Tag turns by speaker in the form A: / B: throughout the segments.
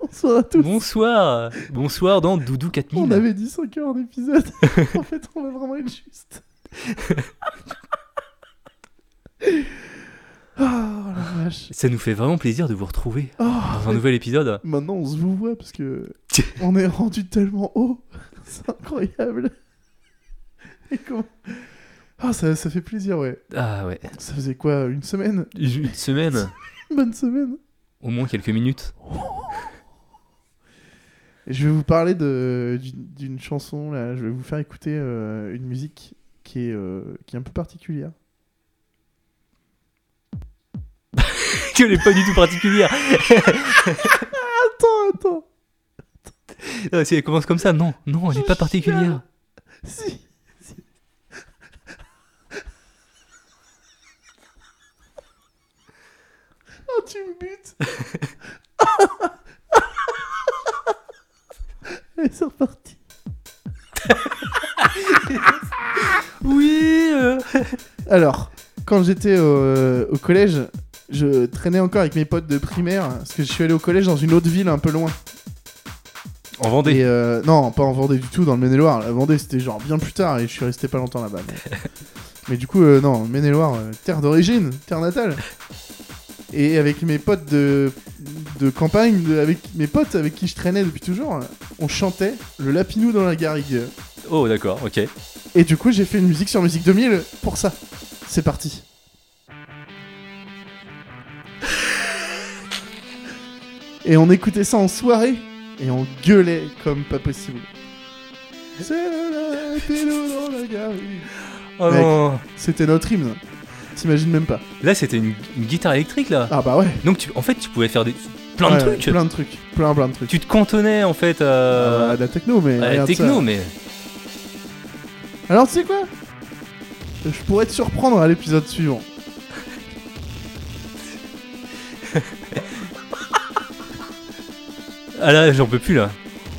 A: Bonsoir à tous.
B: Bonsoir. Bonsoir dans Doudou 4000.
A: On avait dit 5 heures d'épisode. en fait, on va vraiment être juste. oh la vache.
B: Ça nous fait vraiment plaisir de vous retrouver
A: Oh,
B: dans un nouvel épisode.
A: Maintenant, on se vous voit parce que on est rendu tellement haut. C'est incroyable. Et comment. Ah, ça, ça fait plaisir, ouais.
B: Ah ouais,
A: Ça faisait quoi Une semaine
B: une semaine,
A: Une bonne semaine
B: au moins quelques minutes.
A: Et je vais vous parler de- d'une d'une chanson, là. Je vais vous faire écouter euh, une musique qui est, euh, qui est un peu particulière.
B: Qu'elle est pas du tout particulière.
A: Attends, attends
B: Ah, si elle commence comme ça, non, non, elle est pas
A: Je
B: particulière.
A: Oh, chiale. Si Oh, tu me butes Allez, c'est reparti.
B: Oui. euh,
A: Alors, quand j'étais au, au collège, je traînais encore avec mes potes de primaire, parce que je suis allé au collège dans une autre ville un peu loin.
B: En Vendée.
A: Et, euh, non, pas en Vendée du tout, dans le Maine-et-Loire. La Vendée, c'était genre bien plus tard et je suis resté pas longtemps là-bas. Mais, mais du coup, euh, non, Maine-et-Loire, euh, terre d'origine, terre natale. Et avec mes potes de, de campagne, de- avec mes potes avec qui je traînais depuis toujours, euh, on chantait le Lapinou dans la garrigue.
B: Oh d'accord, ok.
A: Et du coup, j'ai fait une musique sur Musique 2000 pour ça. C'est parti. Et on écoutait ça en soirée et on gueulait comme pas possible. C'est le vélo dans la garrigue.
B: Oh
A: Mec.
B: non.
A: C'était notre hymne. T'imagines même pas.
B: Là c'était une, une guitare électrique là.
A: Ah bah ouais.
B: Donc tu, en fait tu pouvais faire des, plein de
A: Ouais,
B: trucs.
A: Plein de trucs. Plein plein de trucs.
B: Tu te cantonnais en fait
A: Euh,
B: à,
A: à la techno mais.
B: à la
A: regarde ça.
B: techno, mais
A: Alors tu sais quoi Je pourrais te surprendre à l'épisode suivant.
B: ah là j'en peux plus là.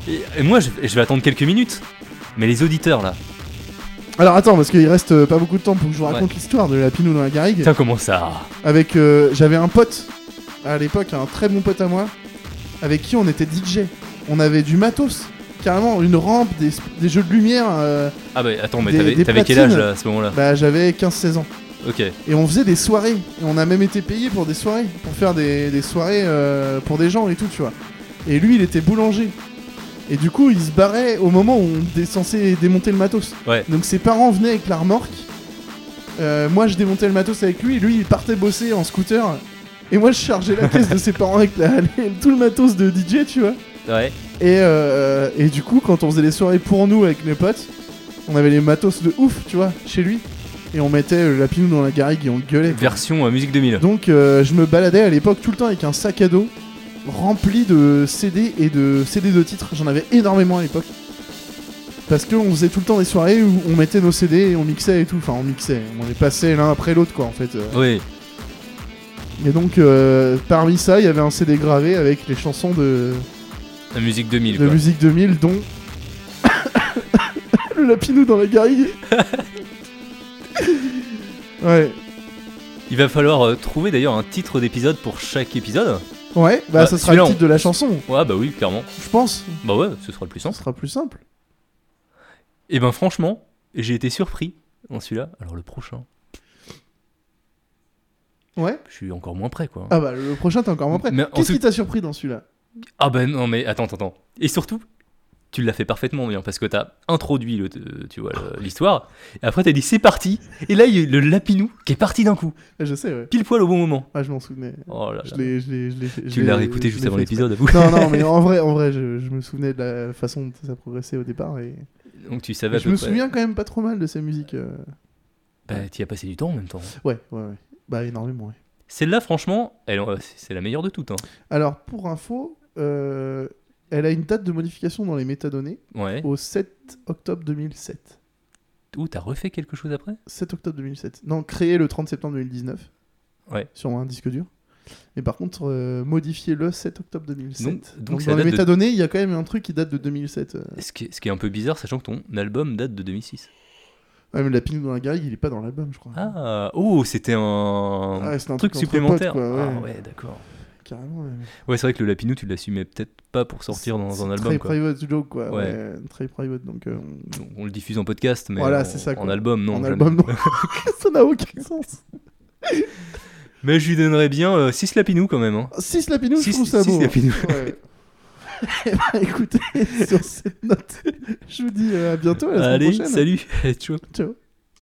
B: Et, et moi je, je vais attendre quelques minutes. Mais les auditeurs là.
A: Alors attends, parce qu'il reste euh, pas beaucoup de temps pour que je vous raconte l'histoire de la Pinou dans la garrigue.
B: Putain comment ça
A: Avec, euh, j'avais un pote à l'époque, un très bon pote à moi, avec qui on était DJ. On avait du matos, carrément une rampe, des, des jeux de lumière. euh,
B: Ah bah attends, mais
A: Des-
B: t'avais
A: des
B: t'avais quel
A: platines.
B: âge là à ce moment-là
A: bah j'avais 15-16 ans.
B: Ok.
A: Et on faisait des soirées. Et on a même été payé pour des soirées, pour faire des, des soirées euh, pour des gens et tout, tu vois. Et lui, il était boulanger. Et du coup, il se barrait au moment où on était censé démonter le matos.
B: Ouais.
A: Donc ses parents venaient avec la remorque. Euh, moi, je démontais le matos avec lui. Lui, il partait bosser en scooter. Et moi, je chargeais la caisse de ses parents avec la- tout le matos de DJ, tu vois.
B: Ouais.
A: Et, euh, et du coup, quand on faisait les soirées pour nous avec mes potes, on avait les matos de ouf, tu vois, chez lui. Et on mettait euh, la pinou dans la garrigue et on gueulait.
B: Version euh, musique 2000.
A: Donc euh, je me baladais à l'époque tout le temps avec un sac à dos rempli de CD et de CD de titres. J'en avais énormément à l'époque. Parce qu'on faisait tout le temps des soirées où on mettait nos CD et on mixait et tout. Enfin, on mixait. On les passait l'un après l'autre, quoi, en fait. euh.
B: Oui.
A: Et donc, euh, parmi ça, il y avait un CD gravé avec les chansons de,
B: La musique 2000
A: de
B: quoi.
A: musique 2000, dont le lapinou dans la garrigue. ouais,
B: Il va falloir euh, trouver d'ailleurs un titre d'épisode pour chaque épisode.
A: ouais, bah,
B: Bah,
A: ça sera le
B: celui-là,
A: titre de la chanson,
B: Ouais bah oui, clairement.
A: je pense.
B: Bah ouais, ce sera le plus
A: Ça
B: simple.
A: sera plus simple.
B: Et ben franchement, j'ai été surpris dans celui-là. Alors le prochain,
A: Ouais.
B: je suis encore moins prêt quoi.
A: Ah bah le prochain t'es encore moins prêt.
B: Mais en
A: Qu'est-ce
B: tout-
A: qui t'a surpris dans celui-là
B: Ah bah non mais attends, attends, attends. Et surtout, tu l'as fait parfaitement bien parce que t'as introduit le, euh, tu vois,
A: Ah
B: le- l'histoire. Et après t'as dit c'est parti. Et là il y a eu le lapinou qui est parti d'un coup,
A: Ah, Je sais ouais.
B: pile poil au bon moment.
A: Ah je m'en souvenais.
B: Oh là
A: Je
B: là.
A: l'ai, je l'ai, je l'ai fait- je
B: Tu l'as
A: l'ai-
B: réécouté
A: je
B: juste
A: l'ai
B: avant
A: fait
B: l'épisode.
A: exprès. Non non mais en vrai en vrai je, je me souvenais de la façon dont ça progressait au départ et
B: Donc tu
A: et
B: savais à
A: je
B: peu
A: me
B: près.
A: souviens quand même pas trop mal de sa musique. euh.
B: Bah t'y as passé du temps en même temps.
A: Ouais ouais ouais. Bah énormément ouais.
B: Celle-là, franchement, elle, euh, c'est c'est la meilleure de toutes. Hein.
A: Alors pour info, euh, elle a une date de modification dans les métadonnées
B: Ouais.
A: au 7 octobre 2007.
B: Ouh, t'as refait quelque chose après
A: 7 octobre 2007. Non, créé le 30 septembre 2019.
B: Ouais.
A: Sur un disque dur. Mais par contre, euh, modifié le 7 octobre 2007.
B: Donc-
A: Donc,
B: donc ça
A: dans les
B: date de-
A: métadonnées, il y a quand même un truc qui date de 2007. euh.
B: ce qui, est, ce qui est un peu bizarre, sachant que ton album date de 2006.
A: Ouais, mais la pinou dans la garrigue, il est pas dans l'album, je crois.
B: Ah, oh, c'était un,
A: Ouais, Ah, c'est un truc
B: truc
A: entre
B: supplémentaire.
A: potes, quoi, ouais.
B: Ah ouais, d'accord.
A: carrément. ouais.
B: Ouais, c'est vrai que le Lapinou, tu l'assumais peut-être pas pour sortir dans un
A: C'est
B: album.
A: Très
B: quoi.
A: private joke, quoi.
B: Ouais.
A: ouais, Très private, donc. euh, on-
B: On le diffuse en podcast, mais
A: Voilà,
B: en,
A: c'est ça, quoi.
B: en album, non.
A: en
B: jamais.
A: album, non. ça n'a aucun sens.
B: Mais je lui donnerais bien 6 Lapinou quand même. Hein.
A: 6 Lapinou, je
B: Six-
A: trouve ça
B: six
A: beau.
B: Lapinou.
A: Ouais. Eh ben, écoutez, sur cette note, je vous dis euh, à bientôt, à la semaine
B: Allez,
A: prochaine.
B: salut, ciao.
A: Ciao.